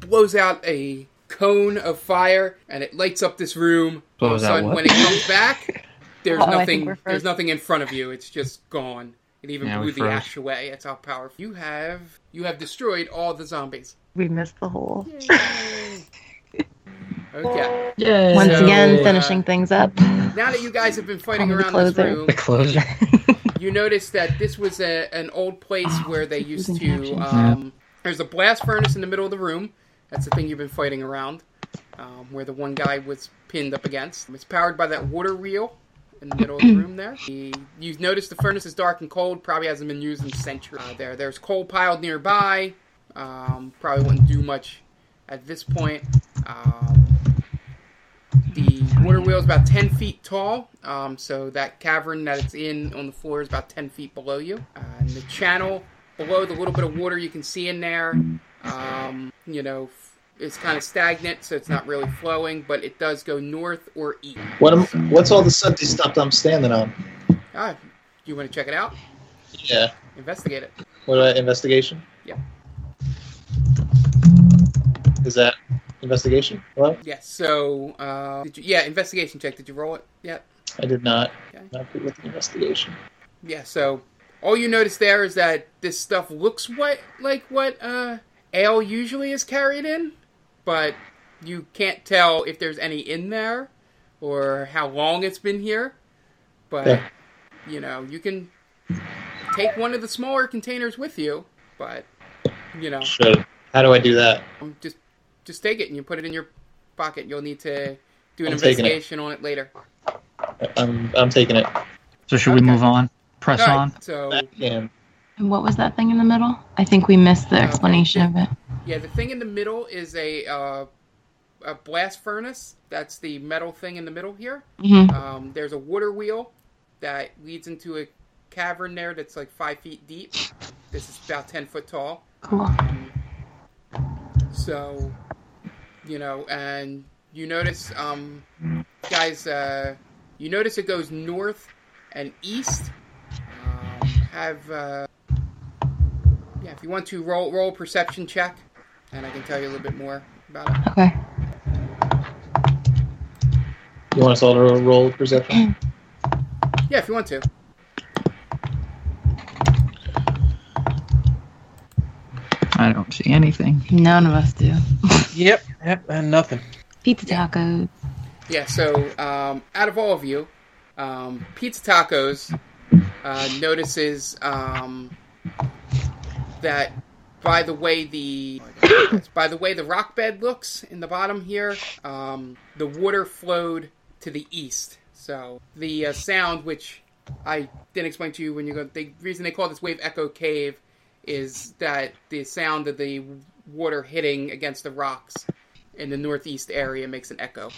A: blows out a cone of fire, and it lights up this room. All of
B: Blows
A: a
B: out
A: sudden,
B: what?
A: when it comes back, there's
E: Uh-oh, Oh, I
A: nothing.
E: think we're
A: There's
E: frozen.
A: nothing in front of you. It's just gone. It even
B: Yeah, we
A: blew the
B: froze.
A: ash away. That's how powerful you have. You have destroyed all the zombies.
E: We missed the hole.
A: Okay.
B: Yeah.
E: Once
A: So,
E: again,
A: uh,
E: finishing things up.
A: Now that you guys have been fighting
E: Call me the
A: around this
E: closer.
A: room,
B: the closer.
A: you notice that this was a, an old place where they used
E: using
A: to.
E: captions.
A: Um, there's a blast furnace in the middle of the room. That's the thing you've been fighting around, um, where the one guy was pinned up against. It's powered by that water reel in the middle of the room there. The, you've noticed the furnace is dark and cold. Probably hasn't been used in centuries. Uh, there, there's coal piled nearby. Um, probably wouldn't do much at this point. Um, the water wheel is about 10 feet tall, um, so that cavern that it's in on the floor is about 10 feet below you. Uh, and the channel below the little bit of water you can see in there, um, you know, f- it's kind of stagnant, so it's not really flowing, but it does go north or east.
F: What am, what's all the Sunday stuff I'm standing on?
A: Ah, you want to check it out?
F: Yeah.
A: Investigate it.
F: What about investigation?
A: Yeah.
F: Is that investigation? Hello?
A: Yes, so, uh, did you, yeah, investigation check. Did you roll it? Yeah.
F: I did not.
A: Okay.
F: Not good with the investigation.
A: Yeah, so all you notice there is that this stuff looks what like what uh ale usually is carried in, but you can't tell if there's any in there or how long it's been here. But
F: Yeah.
A: you know, you can take one of the smaller containers with you, but you know,
F: Should. How do I do that?
A: um, just just take it and you put it in your pocket. You'll need to do an
F: I'm taking it.
A: investigation on it later.
F: I'm I'm taking it.
G: So should
A: Okay.
G: we move on? Press
A: All
G: on.
A: right, so
F: Back in.
E: And what was that thing in the middle? I think we missed the explanation of it.
A: Yeah, the thing in the middle is a uh, a blast furnace. That's the metal thing in the middle here.
E: hmm
A: Um, there's a water wheel that leads into a cavern there that's like five feet deep. This is about ten foot tall.
E: Cool.
A: So, you know, and you notice, um, guys, uh, you notice it goes north and east. Um, have uh, yeah, if you want to roll roll a perception check, and I can tell you a little bit more about it.
E: Okay.
F: You want us all to roll perception?
A: Yeah, if you want to.
B: I don't see anything.
E: None of us do.
D: Yep, yep, and nothing.
E: Pizza tacos.
A: Yeah, so um, out of all of you, um, Pizza Tacos uh, notices um, that by the way the by the way the rock bed looks in the bottom here, um, the water flowed to the east. So the uh, sound, which I didn't explain to you when you go, the reason they call this wave echo cave is that the sound of the water hitting against the rocks in the northeast area makes an echo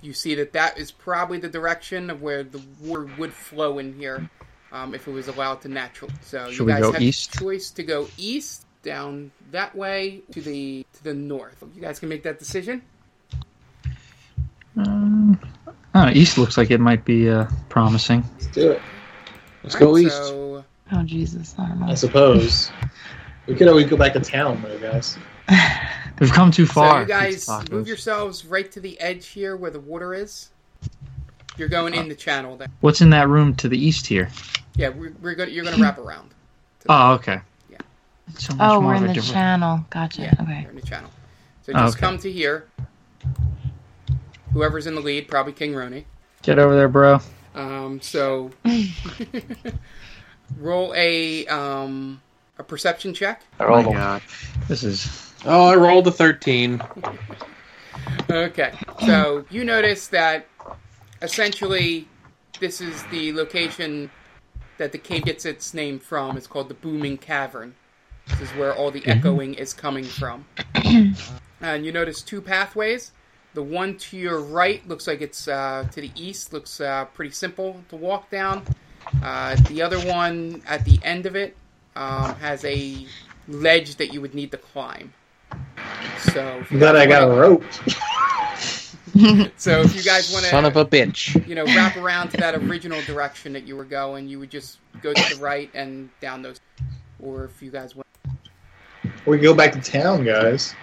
A: you see that that is probably the direction of where the water would flow in here um, if it was allowed to natural. So
B: Should
A: you
B: we
A: guys
B: go
A: have
B: east?
A: the choice to go east down that way to the to the north. You guys can make that decision.
B: Um, I don't know, east looks like it might be uh, promising.
F: Let's do it.
D: Let's go
A: Alright,
D: east.
A: So
E: Oh Jesus, I don't
F: I
E: know.
F: suppose. We could always go back to town though, guys.
B: We've come too far.
A: So you guys
B: Pizza tacos.
A: move yourselves right to the edge here where the water is. You're going
B: Uh.
A: in the channel there.
B: What's in that room to the east here?
A: Yeah, we're, we're gonna you're gonna wrap around.
B: Oh, okay.
A: Yeah.
B: It's so much
E: Oh,
B: more
E: we're
B: of
E: in
B: a
E: the
B: different-
E: channel. Gotcha.
A: Yeah,
E: Okay.
A: you're in the channel. So just
B: Okay.
A: come to here. Whoever's in the lead, probably King Roni.
B: Get over there, bro.
A: Um, so roll a um, a perception check.
C: I
B: Oh
C: rolled
B: my
C: a-
B: god. This is.
D: Oh, I rolled a 13.
A: Okay. So you notice that essentially this is the location that the cave gets its name from. It's called the Booming Cavern. This is where all the echoing is coming from. and you notice two pathways. The one to your right looks like it's uh, to the east, looks uh, pretty simple to walk down. Uh, the other one at the end of it um, has a ledge that you would need to climb. So if
F: I'm glad I got a rope.
A: so if you guys want
D: Son of
A: to,
D: a bitch.
A: you know, wrap around to that original direction that you were going, you would just go to the right and down those. Or if you guys want,
F: We can go back to town, guys.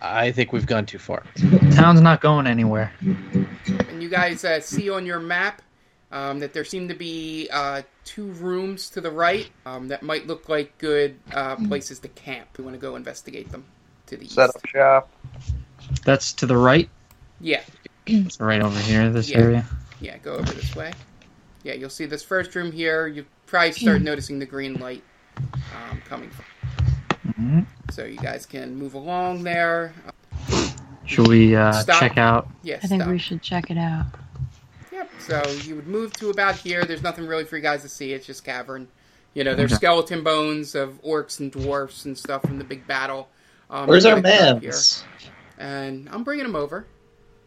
D: I think we've gone too far.
B: Town's not going anywhere.
A: and you guys uh, see on your map um, that there seem to be uh, two rooms to the right um, that might look like good uh, places to camp. We want to go investigate them to the east.
C: set up shop.
B: That's to the right.
A: Yeah,
B: It's right over here, this
A: Yeah.
B: area.
A: yeah, go over this way. Yeah, you'll see this first room here. You probably start noticing the green light um, coming from.
B: Mhm.
A: So you guys can move along there.
B: Should we uh,
A: Stop.
B: check out?
A: Yes.
E: I think
A: stop.
E: we should check it out.
A: Yep. So you would move to about here. There's nothing really for you guys to see. It's just cavern. You know, there's
B: Okay.
A: skeleton bones of orcs and dwarfs and stuff from the big battle. Um,
F: Where's our
A: right up here.
F: man's?
A: And I'm bringing him over.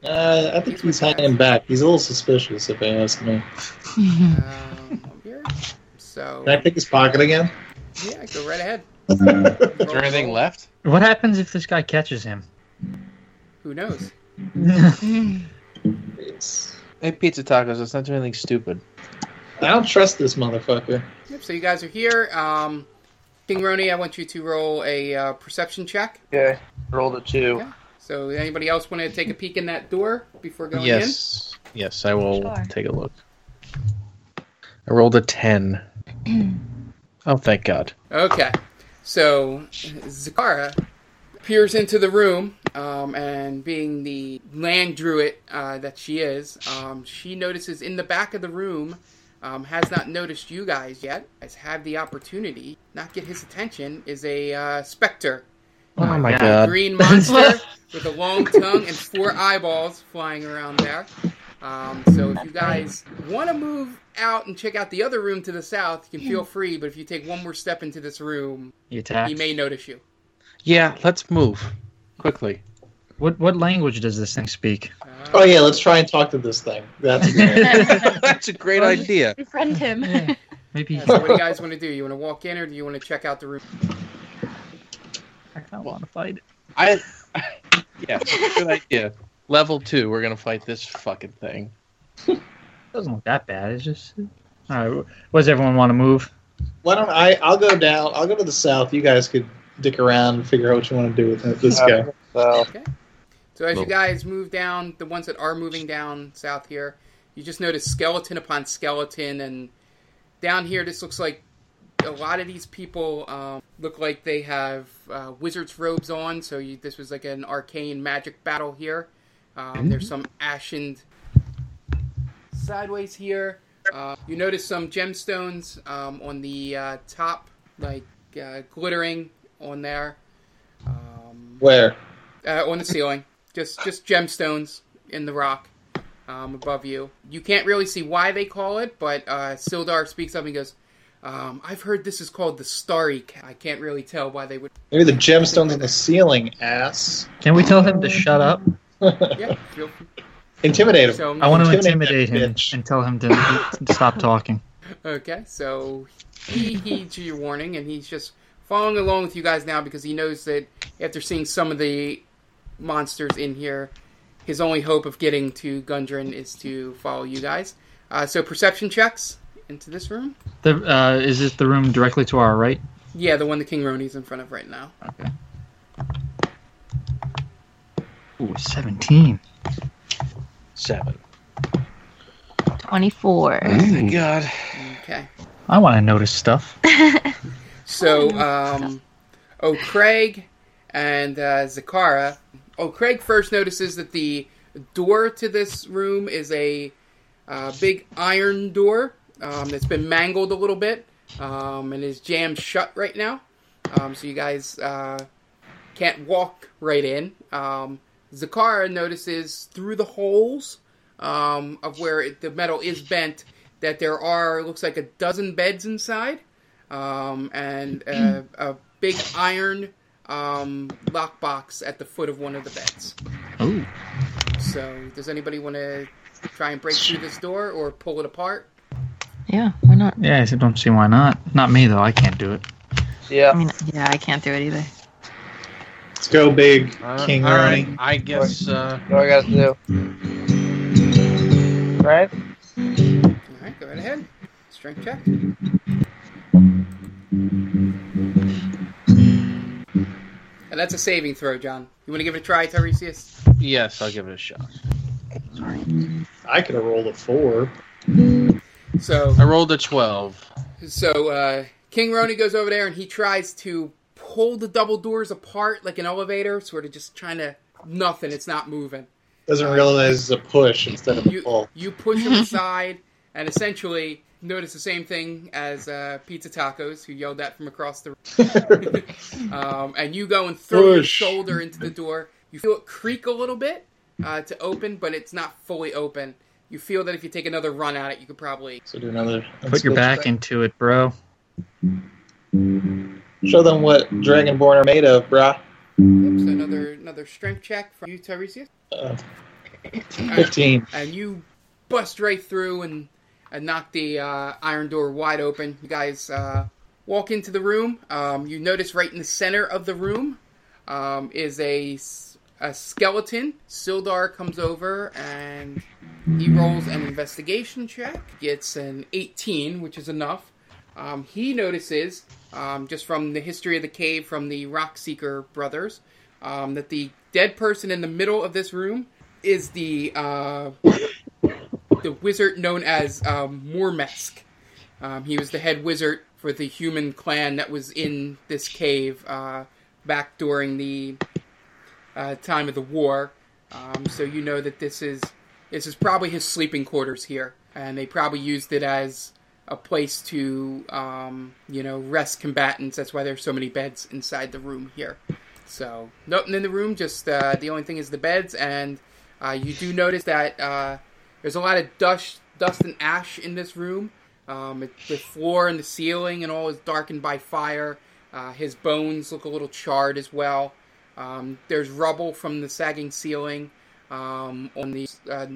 F: Uh, I think he's hiding back. He's a little suspicious, if you ask me.
E: Mhm.
A: Um, over here. So
F: Can I pick his pocket again?
A: yeah, go right ahead.
F: Mm-hmm.
D: Is there anything left?
B: What happens if this guy catches him?
A: Who knows?
D: Oh
E: Mhm.
F: It's-
D: Hey, pizza tacos. Let's not do anything stupid.
F: I don't trust this motherfucker.
A: Yep. So you guys are here. Um, King Roni, I want you to roll a uh, perception check.
C: Okay, rolled a two.
A: Yeah. So anybody else want to take a peek in that door before going in?
D: yes. Yes, I will
E: Sure.
D: take a look. I rolled a 10. oh, thank God.
A: Okay. So, Zakara peers into the room, um, and being the land druid uh, that she is, um, she notices in the back of the room, um, has not noticed you guys yet, has had the opportunity, not get his attention, is a uh, specter.
D: Oh my
B: Yeah.
D: god.
A: green monster with a long tongue and four eyeballs flying around there. Um, so if you guys want to move out and check out the other room to the south, you can feel free. But if you take one more step into this room,
B: You attack.
A: he may notice you.
D: Yeah, let's move quickly.
B: What what language does this thing speak?
A: Uh,
F: Oh yeah, let's try and talk to this thing. That's great.
D: That's a great idea.
E: Befriend him.
B: Maybe
A: so what do you guys want to do? You want to walk in, or do you want to check out the room?
B: I kind of want to fight.
D: I, yeah, good idea. Level two, we're gonna fight this fucking thing.
B: doesn't look that bad. It's just. All right. What does everyone want to move?
F: Why don't I? I'll go down. I'll go to the south. You guys could dick around and figure out what you want to do with it- this
C: Uh,
F: guy.
C: So
A: So as you
D: Well-
A: guys move down, the ones that are moving down south here, you just notice skeleton upon skeleton, and down here, this looks like a lot of these people um, look like they have uh, wizards robes on. So you, this was like an arcane magic battle here. Um, there's some ashen sideways here. Uh, you notice some gemstones um, on the uh, top, like uh, glittering on there. Um,
F: Where?
A: uh, on the ceiling. Just just gemstones in the rock um, above you. You can't really see why they call it, but uh, Sildar speaks up and goes, um, "I've heard this is called the Starry Cat. I can't really tell why they would."
F: Maybe the gemstones on the ceiling, ass.
B: Can we tell him to shut up?
A: Yeah, feel free.
F: Intimidate him.
A: so
B: I want to
F: Intimidate
B: intimidate
F: that
B: him
F: bitch.
B: and tell him to, to stop talking.
A: okay, so he heeds your warning and he's just following along with you guys now because he knows that after seeing some of the monsters in here, his only hope of getting to Gundren is to follow you guys. Uh, so perception checks into this room.
B: The, uh, is this the room directly to our right?
A: Yeah, the one that King Roni's in front of right now.
B: Okay. Ooh, 17.
D: Seven.
E: 24.
D: Thank God.
A: Okay.
B: I want to notice stuff.
A: So, um, O'Craig and uh, Zakara. O'Craig first notices that the door to this room is a uh, big iron door um, that's been mangled a little bit um, and is jammed shut right now. Um, so you guys uh, can't walk right in. Um, Zakara notices through the holes um, of where it, the metal is bent that there are looks like a dozen beds inside um, and a, a big iron um, lockbox at the foot of one of the beds.
B: Ooh.
A: So, does anybody want to try and break through this door or pull it apart?
E: Yeah, why not?
B: Yeah, I don't see why not. Not me, though. I can't do it.
E: I
C: yeah,
E: mean, yeah, I can't do it either.
F: Let's go big,
D: Uh,
F: King
D: all right,
F: Ernie.
D: I guess. Uh,
C: what do I gotta do? Right?
A: All right, go right ahead. Strength check. And that's a saving throw, John. You want to give it a try, Tiresias?
D: yes, I'll give it a shot.
F: I could have rolled a four.
A: So,
D: I rolled a twelve.
A: So uh, King Rony goes over there and he tries to pull the double doors apart like an elevator, sort of just trying to nothing. It's not moving.
F: Doesn't realize it's a push instead of a
A: You
F: pull.
A: you push him aside and essentially notice the same thing as uh, Pizza Tacos, who yelled that from across the room. um, and you go and throw your
F: Push.
A: shoulder into the door. You feel it creak a little bit uh, to open, but it's not fully open. You feel that if you take another run at it, you could probably
F: So do another.
B: Put your back into it, bro.
F: Show them what Dragonborn are made of, brah.
A: Yep, so another another strength check from you, Tiresias.
F: Uh,
A: All right.
F: Fifteen.
A: and you bust right through and, and knock the uh, iron door wide open. You guys uh, walk into the room. Um, you notice right in the center of the room um, is a, s- a skeleton. Sildar comes over and he rolls an investigation check. Gets an 18, which is enough. Um, he notices, um, just from the history of the cave from the Rock Seeker brothers, um, that the dead person in the middle of this room is the uh, the wizard known as um, Mormesk. Um, he was the head wizard for the human clan that was in this cave uh, back during the uh, time of the war. Um, so you know that this is this is probably his sleeping quarters here, and they probably used it as a place to um, you know rest combatants. That's why there's so many beds inside the room here. So nothing in the room. Just uh, the only thing is the beds, and uh, you do notice that uh, there's a lot of dust, dust and ash in this room. Um, it, the floor and the ceiling and all is darkened by fire. Uh, his bones look a little charred as well. Um, there's rubble from the sagging ceiling um, on the uh,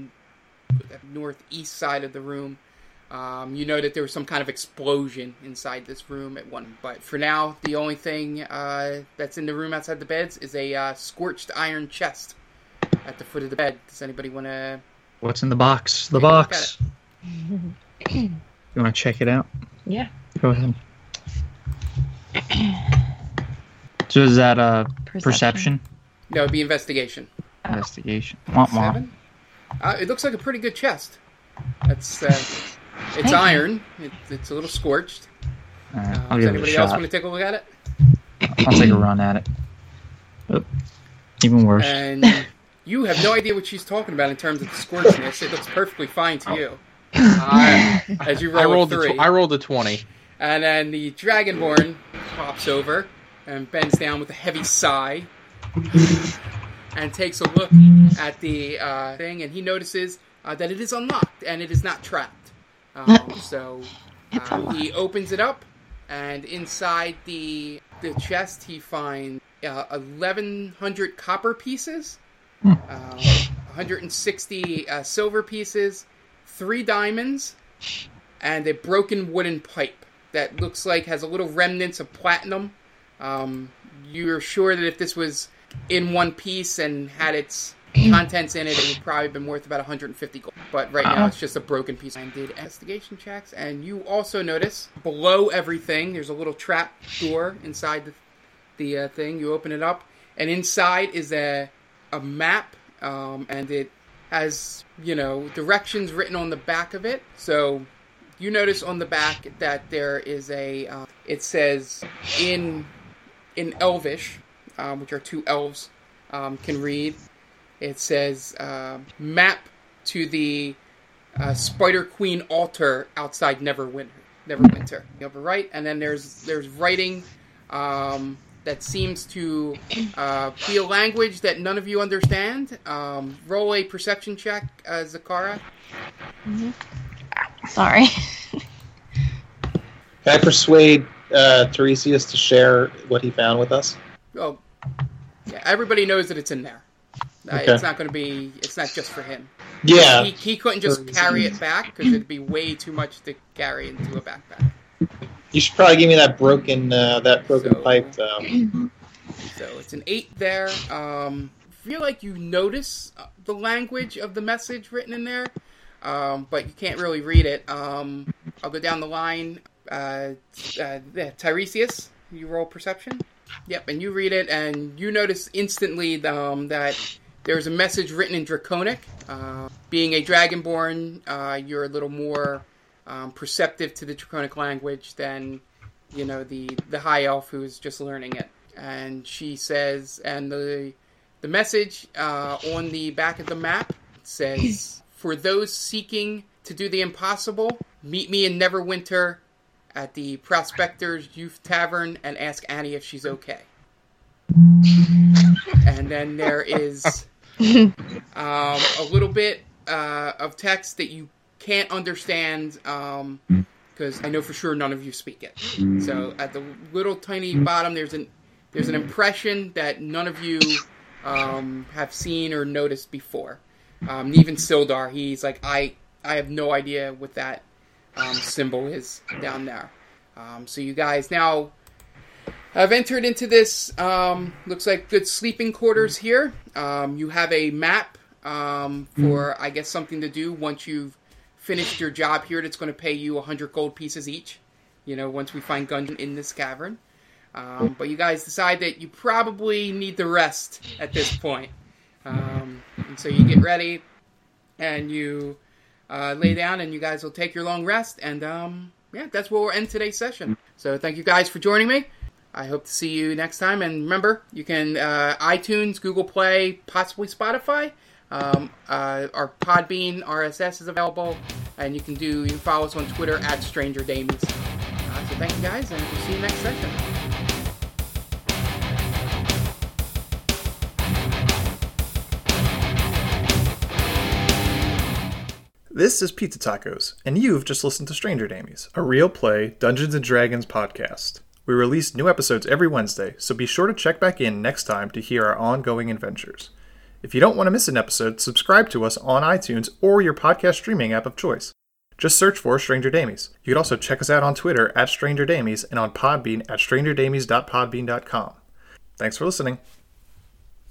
A: northeast side of the room. Um, you know that there was some kind of explosion inside this room at one, but for now, the only thing uh, that's in the room outside the beds is a uh, scorched iron chest at the foot of the bed. Does anybody want to?
B: What's in the box? The
A: Take a look at
B: box. You want to check it out?
E: Yeah.
B: Go ahead. so is that a perception?
A: No, it'd be investigation.
B: Investigation. Womp womp.
A: Seven. Uh, it looks like a pretty good chest. That's uh, it's iron. It, it's a little scorched.
B: Alright,
A: Uh,
B: I'll
A: does
B: give it a
A: anybody else
B: shot.
A: want to take a look at it?
B: I'll take a run at it. Oh, even worse.
A: And you have no idea what she's talking about in terms of the scorchness. It looks perfectly fine to you. Uh, as you
D: I
A: roll a
D: rolled, the
A: three,
D: tw- I rolled a 20.
A: and then the dragonborn hops over and bends down with a heavy sigh, and takes a look at the uh, thing, and he notices uh, that it is unlocked and it is not trapped. Um, so uh, he opens it up, and inside the the chest he finds uh, 1,100 copper pieces, uh, 160 uh, silver pieces, three diamonds, and a broken wooden pipe that looks like has a little remnants of platinum. Um, you're sure that if this was in one piece and had its contents in it, it would probably have been worth about 150 gold. But right now, it's just a broken piece. I did investigation checks, and you also notice below everything, there's a little trap door inside the, the uh, thing. You open it up, and inside is a a map, um, and it has you know directions written on the back of it. So you notice on the back that there is a. Uh, it says in in Elvish, um, which are two elves, um, can read. It says um map to the uh, Spider Queen altar outside Neverwinter. Neverwinter. You have a right, and then there's there's writing um, that seems to uh, be a language that none of you understand. Um, roll a perception check, uh, Zakara.
E: Sorry.
F: Can I persuade uh, Tiresias to share what he found with us?
A: Oh, yeah. Everybody knows that it's in there. Uh,
F: Okay.
A: It's not going to be. It's not just for him.
F: Yeah.
A: He, he couldn't just carry it back because it'd be way too much to carry into a backpack.
F: You should probably give me that broken uh, that broken
A: So-
F: pipe um, though.
A: So it's an eight there. Um, feel like you notice uh, the language of the message written in there, um, but you can't really read it. Um, I'll go down the line. Uh, uh, yeah, Tiresias, you roll perception. Yep, and you read it, and you notice instantly um, that there's a message written in Draconic. Uh, being a Dragonborn, uh, you're a little more um, perceptive to the Draconic language than you know the the high elf who's just learning it and she says and the the message uh, on the back of the map says for those seeking to do the impossible meet me in neverwinter at the prospectors youth tavern and ask annie if she's okay and then there is um, a little bit uh, of text that you can't understand um, because I know for sure none of you speak it. So at the little tiny bottom, there's an there's an impression that none of you um, have seen or noticed before. Um, even Sildar, he's like, I I have no idea what that um, symbol is down there. Um, so you guys now have entered into this. Um, looks like good sleeping quarters here. Um, you have a map um, for I guess something to do once you've finished your job here that's going to pay you 100 gold pieces each, you know, once we find Gungeon in this cavern. Um, but you guys decide that you probably need the rest at this point. Um, and so you get ready and you uh, lay down and you guys will take your long rest. And um, yeah, that's where we'll end today's session. So thank you guys for joining me. I hope to see you next time. And remember, you can uh, iTunes, Google Play, possibly Spotify. Um, uh, our Podbean RSS is available, and you can do you can follow us on Twitter at Stranger Damies. Uh, so thank you guys, and we'll see you next session.
F: This is Pizza Tacos, and you've just listened to Stranger Damies, a real play Dungeons and Dragons podcast. We release new episodes every Wednesday, so be sure to check back in next time to hear our ongoing adventures. If you don't want to miss an episode, subscribe to us on iTunes or your podcast streaming app of choice. Just search for Stranger Damies. You can also check us out on Twitter at Stranger Damies and on Podbean at strangerdamies.podbean.com. Thanks for listening.